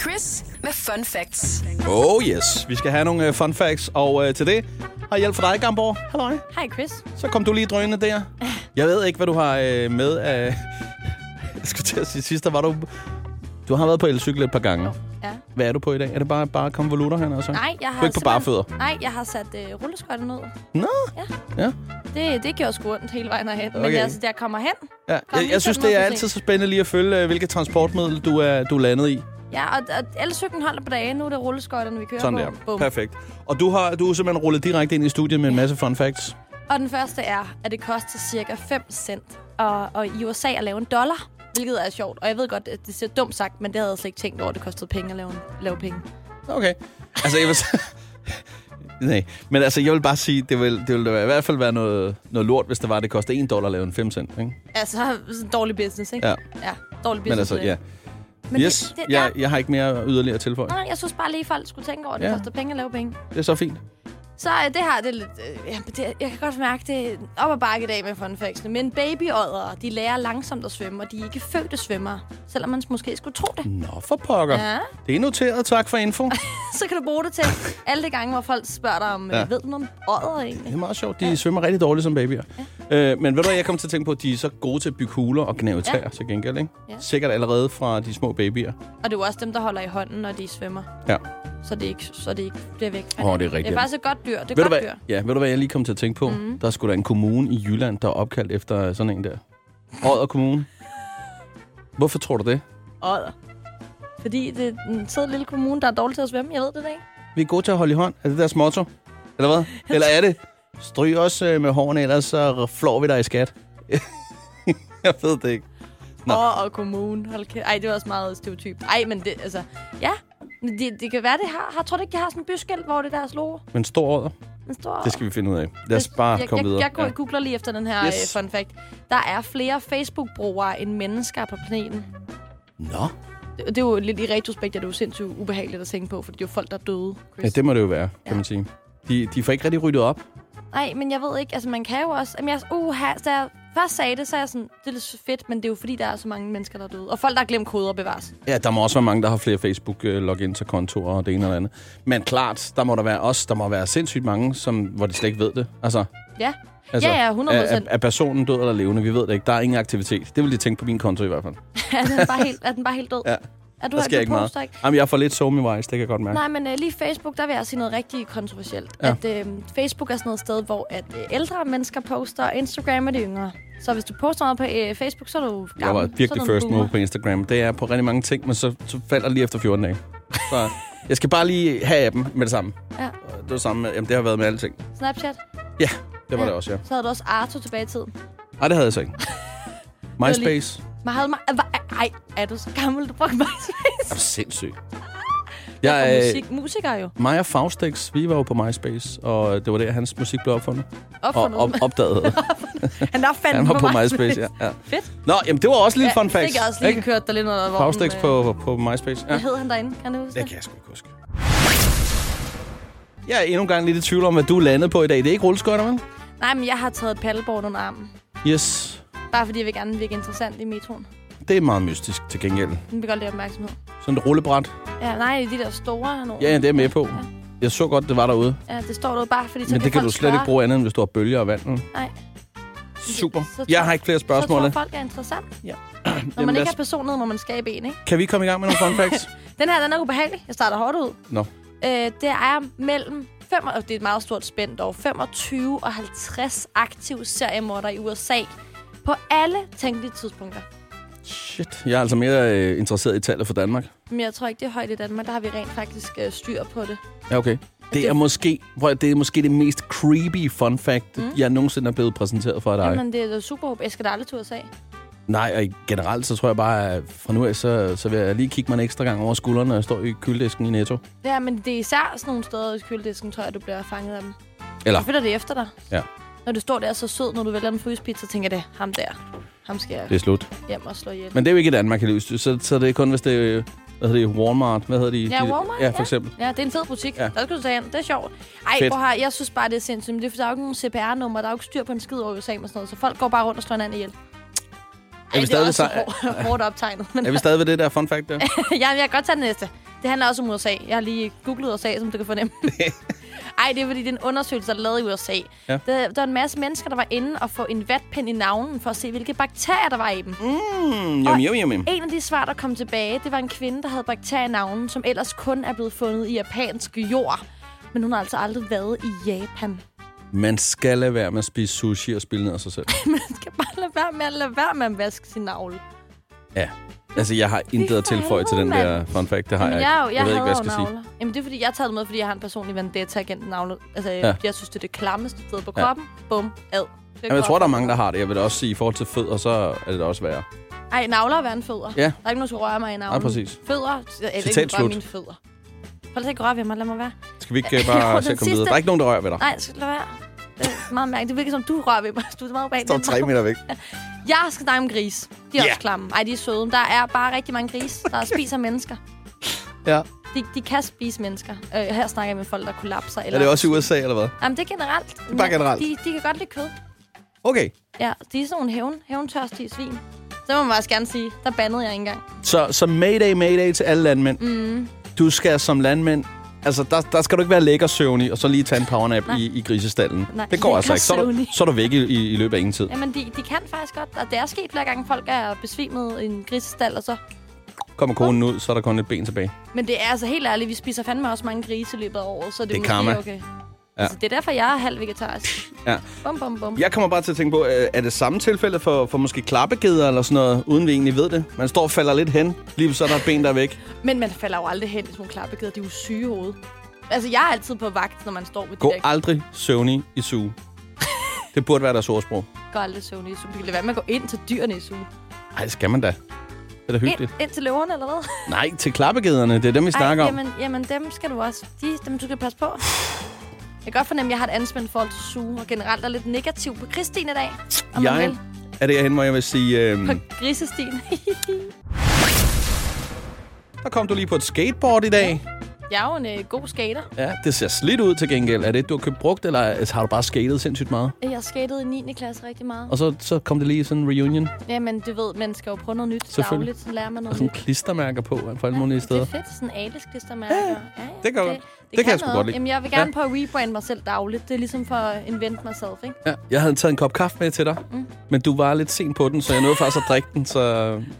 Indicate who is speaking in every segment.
Speaker 1: Chris med fun facts.
Speaker 2: Oh yes, vi skal have nogle øh, fun facts, og øh, til det har jeg hjælp fra dig, Gamborg. Halløj.
Speaker 3: Hej Chris.
Speaker 2: Så kom du lige drønende der. Jeg ved ikke, hvad du har øh, med af... Jeg skulle til at sige, sidst der var du... Du har været på elcykel et par gange.
Speaker 3: Ja.
Speaker 2: Hvad er du på i dag? Er det bare, bare konvolutter her? Altså?
Speaker 3: Nej, jeg har
Speaker 2: Du er ikke på bare fødder?
Speaker 3: simpelthen- Nej, jeg har sat øh, rulleskøjter ned.
Speaker 2: Nå. Ja.
Speaker 3: Det, det gjorde sgu ondt hele vejen herhen. Men
Speaker 2: Okay.
Speaker 3: altså, der kommer hen.
Speaker 2: ja. Jeg,
Speaker 3: lige
Speaker 2: jeg synes,
Speaker 3: sådan
Speaker 2: det er
Speaker 3: noget, du
Speaker 2: altid
Speaker 3: ser.
Speaker 2: så spændende lige at følge, øh, hvilket transportmiddel du er, du er landet i.
Speaker 3: Ja, og, og alle cyklen holder på dage. Nu er det rulleskøjterne, vi kører
Speaker 2: Sådan
Speaker 3: på.
Speaker 2: der.
Speaker 3: Bum.
Speaker 2: Perfekt. Og du har du er simpelthen rullet direkte ind i studiet med en masse fun facts.
Speaker 3: Og den første er, at det koster cirka 5 cent og, og i USA at lave en dollar. Hvilket er sjovt. Og jeg ved godt, at det ser dumt sagt, men det havde jeg slet ikke tænkt over, at det kostede penge at lave, en, lave penge.
Speaker 2: Okay. Altså, jeg vil... s- Nej, men altså, jeg vil bare sige, det vil, det vil da være- i hvert fald være noget, noget lort, hvis det var, at det kostede 1 dollar at lave en 5 cent, ikke?
Speaker 3: Altså, sådan dårlig business, ikke?
Speaker 2: Ja.
Speaker 3: ja dårlig business.
Speaker 2: Men altså,
Speaker 3: det er.
Speaker 2: ja.
Speaker 3: Men
Speaker 2: yes,
Speaker 3: det, det,
Speaker 2: jeg,
Speaker 3: ja.
Speaker 2: jeg har ikke mere yderligere at tilføje.
Speaker 3: Nej, jeg synes bare lige, folk skulle tænke over, at det
Speaker 2: Ja.
Speaker 3: koster penge at lave penge.
Speaker 2: Det er så fint.
Speaker 3: Så øh, det her, det er lidt... Øh, ja, det, jeg kan godt mærke, det er op ad bakke i dag med funfaxene. Men babyådere, de lærer langsomt at svømme, og de er ikke fødte svømmere. Selvom man måske skulle tro det.
Speaker 2: Nå, for pokker.
Speaker 3: Ja.
Speaker 2: Det er noteret. Tak for info.
Speaker 3: Så kan du bruge det til alle de gange, hvor folk spørger dig om,
Speaker 2: Ja.
Speaker 3: ja. ved du noget om ådder
Speaker 2: Det
Speaker 3: egentlig?
Speaker 2: er meget sjovt. De svømmer rigtig dårligt som babyer. Ja. Øh, men ved du hvad, jeg kom til at tænke på, at de er så gode til at bygge huler og gnave træer ja. til gengæld, ikke?
Speaker 3: Ja.
Speaker 2: Sikkert allerede fra de små babyer.
Speaker 3: Og det er jo også dem, der holder i hånden, når de svømmer.
Speaker 2: Ja.
Speaker 3: Så det er ikke, så det er ikke bliver væk. fra
Speaker 2: Åh,
Speaker 3: hinanden.
Speaker 2: det er rigtigt,
Speaker 3: Det
Speaker 2: ja.
Speaker 3: er faktisk et godt dyr. Det
Speaker 2: Ved
Speaker 3: er
Speaker 2: du,
Speaker 3: godt
Speaker 2: hvad,
Speaker 3: dyr.
Speaker 2: ja, ved du hvad, jeg lige kom til at tænke på? Mm. Der er sgu da en kommune i Jylland, der er opkaldt efter sådan en der. Odder Kommune. Hvorfor tror du det?
Speaker 3: Ådder. Fordi det er en sød lille kommune, der er dårlig til at svømme. Jeg ved det da ikke.
Speaker 2: Vi er gode til at holde i hånd. Er det deres motto? Eller hvad? Eller er det? Stryg os øh, med hårene, ellers så flår vi dig i skat. jeg ved det ikke. Nå.
Speaker 3: Åh, og kommune. Hold kæft. Ej, det var også meget stereotyp. Ej, men det, altså... Ja, men det, det kan være, det har. har tror du ikke, de har sådan en byskilt, hvor det er deres logo?
Speaker 2: Men stor odder,
Speaker 3: En stor...
Speaker 2: det skal vi finde ud af. Lad os bare
Speaker 3: jeg,
Speaker 2: komme
Speaker 3: jeg,
Speaker 2: videre.
Speaker 3: Jeg, jeg, jeg googler lige efter den her
Speaker 2: Yes.
Speaker 3: yes. uh, fun fact. Der er flere Facebook-brugere end mennesker på planeten.
Speaker 2: Nå.
Speaker 3: Det, det er jo lidt i retrospekt, at det er jo sindssygt ubehageligt at tænke på, for det er jo folk, der er døde. Chris.
Speaker 2: Ja, det må det jo være, kan
Speaker 3: Ja.
Speaker 2: man sige. De, de får ikke rigtig ryddet op.
Speaker 3: Nej, men jeg ved ikke, altså man kan jo også... Jamen, jeg, uha, da jeg først sagde det, så er jeg sådan, det er lidt fedt, men det er jo fordi, der er så mange mennesker, der er døde. Og folk, der har glemt koder bevares.
Speaker 2: Ja, der må også være mange, der har flere Facebook-logins og kontorer og det ene og det andet. Men klart, der må der være os, der må være sindssygt mange, som, hvor de slet ikke ved det. Altså,
Speaker 3: Ja,
Speaker 2: altså
Speaker 3: ja, ja, 100
Speaker 2: Er, er, er personen død eller levende? Vi ved det ikke. Der er ingen aktivitet. Det vil de tænke på min konto i hvert fald.
Speaker 3: er, den bare helt, er den bare helt død?
Speaker 2: Ja.
Speaker 3: Er du,
Speaker 2: Der sker
Speaker 3: du
Speaker 2: ikke meget.
Speaker 3: poster Ikke?
Speaker 2: Jamen, jeg får lidt somi wise, det kan jeg godt mærke.
Speaker 3: Nej, men øh, lige Facebook, der vil jeg sige noget rigtig kontroversielt.
Speaker 2: Ja.
Speaker 3: Ja. At øh, Facebook er sådan et sted, hvor at, øh, ældre mennesker poster, og Instagram er de yngre. Så hvis du poster noget på øh, Facebook, så er du gammel.
Speaker 2: Jeg var
Speaker 3: Så er
Speaker 2: virkelig
Speaker 3: du en
Speaker 2: first
Speaker 3: boomer.
Speaker 2: move på Instagram. Det er på rigtig mange ting, men så, så falder det lige efter 14 dage. Så jeg skal bare lige have appen med det samme.
Speaker 3: Ja.
Speaker 2: Og Det, var samme med, jamen, det har været med alle ting.
Speaker 3: Snapchat,
Speaker 2: Ja, det var
Speaker 3: Ja.
Speaker 2: det også, ja.
Speaker 3: så havde du også Arto tilbage i tiden.
Speaker 2: Nej, det havde jeg så ikke.
Speaker 3: lige-
Speaker 2: MySpace.
Speaker 3: Man havde mig... Ej, er du så gammel, du brugte MySpace?
Speaker 2: Er du sindssyg?
Speaker 3: Og
Speaker 2: Jeg, øh,
Speaker 3: musik, musikere jo.
Speaker 2: Maja Faustix, vi var jo på MySpace, og det var der, hans musik blev opfundet. Og
Speaker 3: Opfundet.
Speaker 2: op- opdaget.
Speaker 3: han opfandt
Speaker 2: Han var på
Speaker 3: mig.
Speaker 2: MySpace, ja. ja.
Speaker 3: Fedt.
Speaker 2: Nå, jamen det var også lige ja, fun
Speaker 3: Ja,
Speaker 2: facts.
Speaker 3: fik jeg også lige kørt der lidt noget. hvor
Speaker 2: Faustix
Speaker 3: den, øh,
Speaker 2: på, på MySpace. Ja.
Speaker 3: Hvad hed han derinde? Kan du huske
Speaker 2: Det
Speaker 3: det?
Speaker 2: kan jeg sgu ikke huske. Jeg er endnu en gang lidt i tvivl om, hvad du landede på i dag. Det er ikke rulleskøjter, vel?
Speaker 3: Nej, men jeg har taget paddleboard under armen.
Speaker 2: Yes.
Speaker 3: Bare fordi jeg vil gerne virke interessant i metroen.
Speaker 2: Det er meget mystisk til gengæld.
Speaker 3: Den vil godt lide opmærksomhed.
Speaker 2: Sådan et rullebræt.
Speaker 3: Ja, nej, de der store nogle.
Speaker 2: Ja, ja, det er jeg med på. Jeg så godt, det var derude.
Speaker 3: ja, det står derude bare, fordi så
Speaker 2: Men det kan du
Speaker 3: folk
Speaker 2: slet ikke
Speaker 3: spørge.
Speaker 2: bruge andet, end hvis du har bølger og vand. vel?
Speaker 3: Nej.
Speaker 2: Super.
Speaker 3: Så tror-
Speaker 2: Jeg har ikke flere spørgsmål.
Speaker 3: Så tror folk er interessant. Når
Speaker 2: Jamen, lad
Speaker 3: man ikke
Speaker 2: os-
Speaker 3: er personlighed, må man skabe en, ikke?
Speaker 2: Kan vi komme i gang med nogle fun facts?
Speaker 3: Den her, den er ubehagelig. Jeg starter hårdt ud.
Speaker 2: Nå.
Speaker 3: Øh, det er mellem fem, og det er et meget stort spænd dog, 25 og 50 aktive seriemordere i USA på alle tænkelige tidspunkter.
Speaker 2: Shit. Jeg er altså mere øh, interesseret i tallet for Danmark.
Speaker 3: Men jeg tror ikke, det er højt i Danmark. Der har vi rent faktisk øh, styr på det.
Speaker 2: Ja, okay. Det er måske, prøv, at- det er måske det mest creepy fun fact, mm. jeg nogensinde er blevet præsenteret for af dig.
Speaker 3: Ej. Jamen, det er da super håb. Jeg skal da aldrig til USA.
Speaker 2: Nej, og i- generelt så tror jeg bare, at fra nu af, så, så vil jeg lige kigge mig en ekstra gang over skulderen, når jeg står i køledisken i Netto.
Speaker 3: Ja, men det er især sådan nogle steder i køledisken, tror jeg, du bliver fanget af dem.
Speaker 2: Eller-
Speaker 3: Så følger det efter dig.
Speaker 2: Ja.
Speaker 3: Når du står der så sød, når du vælger en frysepizza, tænker det, ham der. Ham skal jeg
Speaker 2: Det er slut.
Speaker 3: hjem og slå ihjel.
Speaker 2: Men det er jo ikke i Danmark, kan så, så det er kun, hvis det er, øh, hvad hedder det, Walmart, hvad hedder de?
Speaker 3: Ja,
Speaker 2: de,
Speaker 3: Walmart,
Speaker 2: Ja, for eksempel.
Speaker 3: Ja, det er en fed butik.
Speaker 2: Ja.
Speaker 3: Ja. Der skal du tage hen. Det er sjovt. Ej,
Speaker 2: Fedt.
Speaker 3: Fedt. prøv her. Jeg synes bare, det er sindssygt. Men det er, fordi der er jo ikke nogen CPR-nummer. Der er jo ikke styr på en skid over i USA og sådan noget. Så folk går bare rundt og slår hinanden ihjel.
Speaker 2: Er vi
Speaker 3: det er
Speaker 2: stadig,
Speaker 3: også
Speaker 2: så, er,
Speaker 3: hår- hårdt optegnet. Men
Speaker 2: er vi stadig ved det der fun fact der?
Speaker 3: ja, jeg kan godt tage den næste. Det handler også om USA. Jeg har lige googlet USA, som du kan fornemme. Ej, det er fordi, det er en undersøgelse, der er lavet i USA.
Speaker 2: Ja.
Speaker 3: Der, der var en masse mennesker, der var inde og få en vatpind i navnen for at se, hvilke bakterier der var i dem.
Speaker 2: Mm, yum, yum, yum, yum.
Speaker 3: En af de svar, der kom tilbage, det var en kvinde, der havde bakterier i navnen, som ellers kun er blevet fundet i japansk jord. Men hun har altså aldrig været i Japan.
Speaker 2: Man skal lade være med at spise sushi og spille ned af sig selv.
Speaker 3: Man skal bare lade være med at lade være med at vaske sin navle.
Speaker 2: Ja. Altså, jeg har intet at tilføje til den der fun fact. Det har jeg
Speaker 3: Jamen,
Speaker 2: ikke.
Speaker 3: jeg, er jo- jeg,
Speaker 2: ved ikke,
Speaker 3: hader
Speaker 2: hvad jeg
Speaker 3: jo
Speaker 2: skal sige.
Speaker 3: navler. Jamen, det er, fordi jeg har taget det med, fordi jeg har en personlig vendetta gennem navlet. Altså,
Speaker 2: Ja.
Speaker 3: ja. jeg synes, det er det klammeste sted på
Speaker 2: Ja.
Speaker 3: kroppen. Bum, ad. Det
Speaker 2: Jamen, jeg tror,
Speaker 3: godt.
Speaker 2: der er mange, der har det. Jeg vil da også sige, i forhold til fødder, så er det da også værre.
Speaker 3: Ej, navler er værre end fødder.
Speaker 2: Ja.
Speaker 3: Der er ikke nogen, der skal røre mig i navlen.
Speaker 2: Nej, præcis.
Speaker 3: Fødder, jeg er
Speaker 2: Citat
Speaker 3: ikke røre
Speaker 2: slut.
Speaker 3: mine fødder. Prøv lige at røre ved mig, lad mig være.
Speaker 2: Skal vi ikke øh,
Speaker 3: Jo,
Speaker 2: bare
Speaker 3: den
Speaker 2: se at komme videre?
Speaker 3: sidste.
Speaker 2: Der er ikke nogen, der rører ved dig.
Speaker 3: Nej, skal lade være. Det er meget mærkeligt. Det virker som, du rører ved mig. Du er meget bag den.
Speaker 2: meter væk.
Speaker 3: Jeg skal snakke om gris. De er
Speaker 2: Ja.
Speaker 3: også klamme. Ej, de er søde. Der er bare rigtig mange gris, der spiser mennesker.
Speaker 2: Ja.
Speaker 3: De, de kan spise mennesker. Øh, her snakker jeg med folk, der kollapser. Eller...
Speaker 2: Er det også i USA, eller hvad?
Speaker 3: Jamen, det er generelt. Det
Speaker 2: er bare generelt.
Speaker 3: De, de kan godt lide kød.
Speaker 2: Okay.
Speaker 3: Ja, de er sådan nogle hævn, hævntørstige svin. Det må man også gerne sige. Der bandede jeg ikke engang.
Speaker 2: Så, så mayday, mayday til alle landmænd. Mm. Du skal som landmænd... Altså, der, der skal du ikke være lækker søvnig, og så lige tage en powernap
Speaker 3: Nej.
Speaker 2: i, i grisestallen.
Speaker 3: Nej,
Speaker 2: det går altså
Speaker 3: lækker
Speaker 2: ikke. Så er, du,
Speaker 3: søvnig.
Speaker 2: så er du væk i, i, i løbet af ingen tid.
Speaker 3: Jamen, de, de kan faktisk godt. Og det er sket flere gange, folk er besvimet i en grisestald og så.
Speaker 2: Kommer konen ud, så er der kun et ben tilbage.
Speaker 3: Men det er altså helt ærligt, vi spiser fandme også mange grise i løbet af året, så det,
Speaker 2: Det er
Speaker 3: er måske
Speaker 2: karma.
Speaker 3: okay. Ja. Altså, det er derfor, jeg er halv vegetarisk.
Speaker 2: Ja.
Speaker 3: Bum, bum, bum.
Speaker 2: Jeg kommer bare til at tænke på, øh, er det samme tilfælde for, for måske klappegeder eller sådan noget, uden vi egentlig ved det? Man står og falder lidt hen, lige så er der et ben, der er væk.
Speaker 3: Men man falder jo aldrig hen, hvis man klappegeder. De er jo syge i hovedet. Altså, jeg er altid på vagt, når man står ved
Speaker 2: Gå
Speaker 3: det der.
Speaker 2: aldrig søvnig i suge. Det burde være deres ordsprog.
Speaker 3: Gå aldrig søvnig i suge. Det kan lade være med at gå ind til dyrene i suge.
Speaker 2: Nej, det skal man da. Det er da
Speaker 3: Ind,
Speaker 2: hyggeligt.
Speaker 3: ind til løverne, eller hvad?
Speaker 2: Nej, til klappegederne. Det er dem, vi snakker om.
Speaker 3: jamen, jamen, dem skal du også. De, dem, du skal passe på. Jeg kan godt fornemme, at jeg har et anspændt forhold til suge, og generelt er lidt negativ på Kristin i dag. om man
Speaker 2: Jeg
Speaker 3: vil.
Speaker 2: er det hen, hvor jeg vil sige... Øh,
Speaker 3: På grisestien.
Speaker 2: der kom du lige på et skateboard i dag.
Speaker 3: jeg er jo en øh, god skater.
Speaker 2: Ja, det ser slidt ud til gengæld. Er det et, du har købt brugt, eller har du bare skatet sindssygt meget?
Speaker 3: Jeg skatede i 9. klasse rigtig meget.
Speaker 2: Og så, så kom det lige sådan en reunion.
Speaker 3: Jamen, du ved, man skal jo prøve noget nyt
Speaker 2: Selvfølgelig. Altså,
Speaker 3: dagligt, så lærer man
Speaker 2: Og
Speaker 3: noget
Speaker 2: sådan
Speaker 3: nyt.
Speaker 2: klistermærker på fra alle mulige
Speaker 3: Det
Speaker 2: steder.
Speaker 3: er fedt, sådan alisklistermærker. Ja, ja,
Speaker 2: det kan godt. Det kan jeg sgu
Speaker 3: noget.
Speaker 2: godt lide.
Speaker 3: Jamen, jeg vil gerne ja. prøve at rebrande mig selv dagligt. Det er ligesom for at invente mig selv, ikke?
Speaker 2: Ja, jeg havde taget en kop kaffe med til dig, mm. men du var lidt sen på den, så jeg nåede faktisk at drikke den, så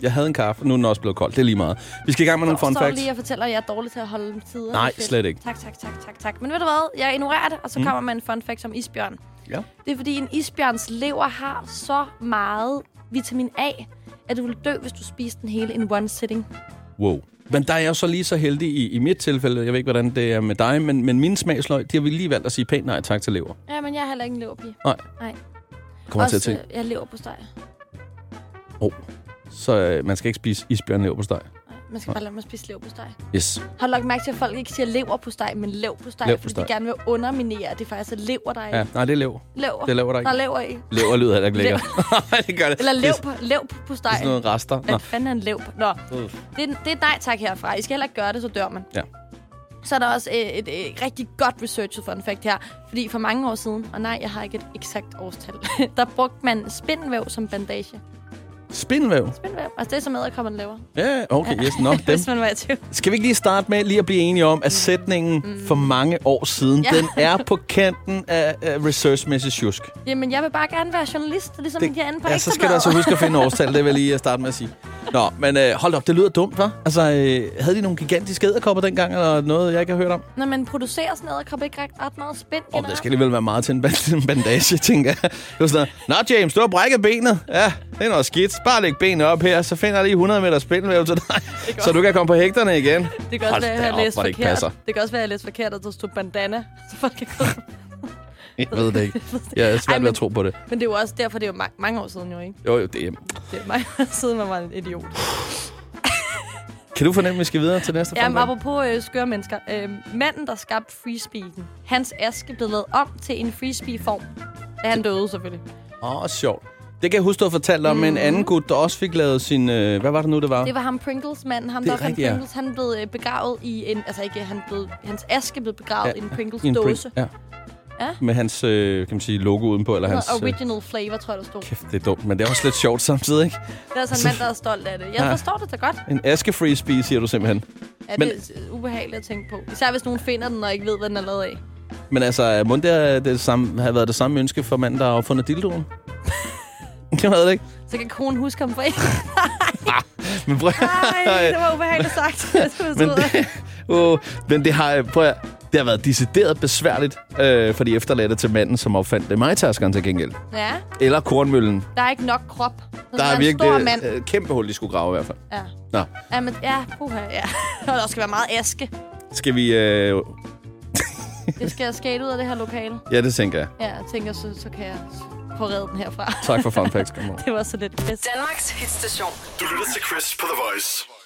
Speaker 2: jeg havde en kaffe. Nu er den også blevet kold, det er lige meget. Vi skal i gang med nogle fun
Speaker 3: Så står du
Speaker 2: facts.
Speaker 3: lige og fortæller, at jeg er dårlig til at holde tider.
Speaker 2: Nej,
Speaker 3: Fedt.
Speaker 2: slet ikke.
Speaker 3: Tak, tak, tak, tak, tak. Men ved du hvad? Jeg ignorerer det, og så mm. kommer man en fun fact om isbjørn.
Speaker 2: Ja.
Speaker 3: Det er fordi, en isbjørns lever har så meget vitamin A, at du vil dø, hvis du spiser den hele in one sitting.
Speaker 2: Wow. Men der er jeg jo så lige så heldig i, i mit tilfælde. Jeg ved ikke, hvordan det er med dig, men, men mine smagsløg, de har vi lige valgt at sige pænt nej tak til lever.
Speaker 3: Ja, men jeg er heller ikke en leverpige.
Speaker 2: Nej.
Speaker 3: Nej.
Speaker 2: Kommer til at
Speaker 3: Også,
Speaker 2: tænke.
Speaker 3: øh, jeg lever på steg.
Speaker 2: Oh. Så øh, man skal ikke spise isbjørn lever på steg.
Speaker 3: Man skal bare lade mig spise lever på steg.
Speaker 2: Yes.
Speaker 3: Har du lagt mærke til, at folk ikke siger lever på steg, men lev på steg, fordi
Speaker 2: Leverpostej.
Speaker 3: de gerne vil underminere, at det faktisk er lever, der er
Speaker 2: Ja,
Speaker 3: ja.
Speaker 2: nej, det er lever.
Speaker 3: lever.
Speaker 2: Det er lever, der er
Speaker 3: Nej,
Speaker 2: ikke.
Speaker 3: lever i.
Speaker 2: Lever lyder heller ikke lækkert. Nej, det gør det.
Speaker 3: Eller lev
Speaker 2: Det
Speaker 3: på, lev på, på
Speaker 2: er
Speaker 3: steg.
Speaker 2: sådan noget rester. Nå.
Speaker 3: Hvad fanden er en lev på? Nå,
Speaker 2: Uff.
Speaker 3: det, er- det er nej tak herfra. I skal heller ikke gøre det, så dør man.
Speaker 2: Ja.
Speaker 3: Så er der også øh, et, et, et rigtig godt researchet fun fact her. Fordi for mange år siden, og nej, jeg har ikke et eksakt årstal, der brugte man spindelvæv som bandage.
Speaker 2: Spindelvæv.
Speaker 3: Spindelvæv, altså det er som æderkopperne laver,
Speaker 2: Ja, okay, yes, nok dem.
Speaker 3: hvis man var i tvivl.
Speaker 2: Skal vi ikke lige starte med lige at blive enige om, at sætningen mm. for mange år siden, ja.
Speaker 3: Ja.
Speaker 2: den er på kanten af, af researchmæssig sjusk.
Speaker 3: Jamen, jeg vil bare gerne være journalist, ligesom det, de herinde på
Speaker 2: ja, så skal du altså huske at finde årstal, det vil jeg lige starte med at sige. Nå, men øh, hold da op, det lyder dumt, hva'? Altså, øh, havde de nogle gigantiske æderkopper dengang, eller noget, jeg ikke har hørt om?
Speaker 3: Når man producerer sådan noget, kommer ikke ret, ret meget spændt
Speaker 2: Om altså- det skal alligevel være meget til en, band- en bandage, tænker jeg. Det var sådan noget, Nå, James, du har brækket benet. Ja, det er noget skidt. Bare læg benet op her, så finder jeg lige 100 meter spindelvæv til dig, så du kan komme på hægterne igen.
Speaker 3: Det kan også
Speaker 2: Hold
Speaker 3: være, at
Speaker 2: da
Speaker 3: jeg
Speaker 2: op,
Speaker 3: har læst
Speaker 2: hvor det ikke
Speaker 3: forkert.
Speaker 2: passer.
Speaker 3: Det kan også være, at jeg læste forkert, at der stod bandana. Så folk kan gå.
Speaker 2: Jeg ved det ikke. Jeg er svært
Speaker 3: Ej,
Speaker 2: ved
Speaker 3: men-
Speaker 2: at tro på det.
Speaker 3: Men det er jo også derfor, det er jo ma- mange år siden jo, ikke?
Speaker 2: Jo, jo, det er...
Speaker 3: Det er mange år siden, man var en idiot.
Speaker 2: Kan du fornemme, at vi skal videre til næste
Speaker 3: Jamen,
Speaker 2: fun fact?
Speaker 3: apropos øh, skøre mennesker. Øh, manden, der skabte freespeeden, hans aske blev lavet om til en freespee-form. Da han døde, selvfølgelig.
Speaker 2: Åh, oh, sjovt. Det kan jeg huske, du har fortalt om mm. en anden gut, der også fik lavet sin... Øh, hvad var det nu, det var?
Speaker 3: Mhm. Det var ham Pringles-manden. Ham,
Speaker 2: Det
Speaker 3: der
Speaker 2: er
Speaker 3: fandt
Speaker 2: rigtigt, ja.
Speaker 3: Pringles, han blev øh, begravet i en... Altså ikke, han blev, hans aske blev begravet i en
Speaker 2: i en
Speaker 3: Pringles-dåse.
Speaker 2: Pring- ja.
Speaker 3: Ja.
Speaker 2: med hans øh, kan man sige, logo udenpå. Eller hans, øh,
Speaker 3: Original flavor, tror jeg, der stod.
Speaker 2: kæft, det er dumt, men det er også lidt sjovt samtidig, ikke?
Speaker 3: Det er altså en mand, der er stolt af det. Jeg
Speaker 2: Ja.
Speaker 3: forstår det da godt.
Speaker 2: En askefree spise, siger du simpelthen.
Speaker 3: Ja,
Speaker 2: Men-
Speaker 3: det er ubehageligt at tænke på. Især hvis nogen finder den og ikke ved, hvad den er lavet af.
Speaker 2: Men altså, må det, er det samme, have været det samme ønske for manden, der har opfundet dildoen? Jeg ved det ikke.
Speaker 3: Så kan konen huske ham for ikke.
Speaker 2: Men prøv,
Speaker 3: Nej, det var ubehageligt sagt. Det var
Speaker 2: men,
Speaker 3: sødt.
Speaker 2: det, uh, men det har, prøv, at- det har været decideret besværligt øh, for de efterladte til manden, som opfandt det. Majtaskeren til gengæld.
Speaker 3: Ja,
Speaker 2: Eller kornmøllen.
Speaker 3: der er ikke nok krop.
Speaker 2: Der er
Speaker 3: virkelig... En stor
Speaker 2: virkelig
Speaker 3: mand.
Speaker 2: et øh, kæmpe hul, de skulle grave i hvert fald.
Speaker 3: Ja.
Speaker 2: Nå,
Speaker 3: Ja, men, ja, puha, ja. Og der skal være meget aske.
Speaker 2: skal vi... Øh,
Speaker 3: Jeg skal skate ud af det her lokale.
Speaker 2: ja, det tænker jeg.
Speaker 3: Ja, jeg tænker, så, så kan jeg pårede den herfra.
Speaker 2: Tak for fun facts. Godmorgen.
Speaker 3: Det var så lidt bedst.
Speaker 1: Danmarks hitstation.
Speaker 4: Du lytter til Chris på The Voice.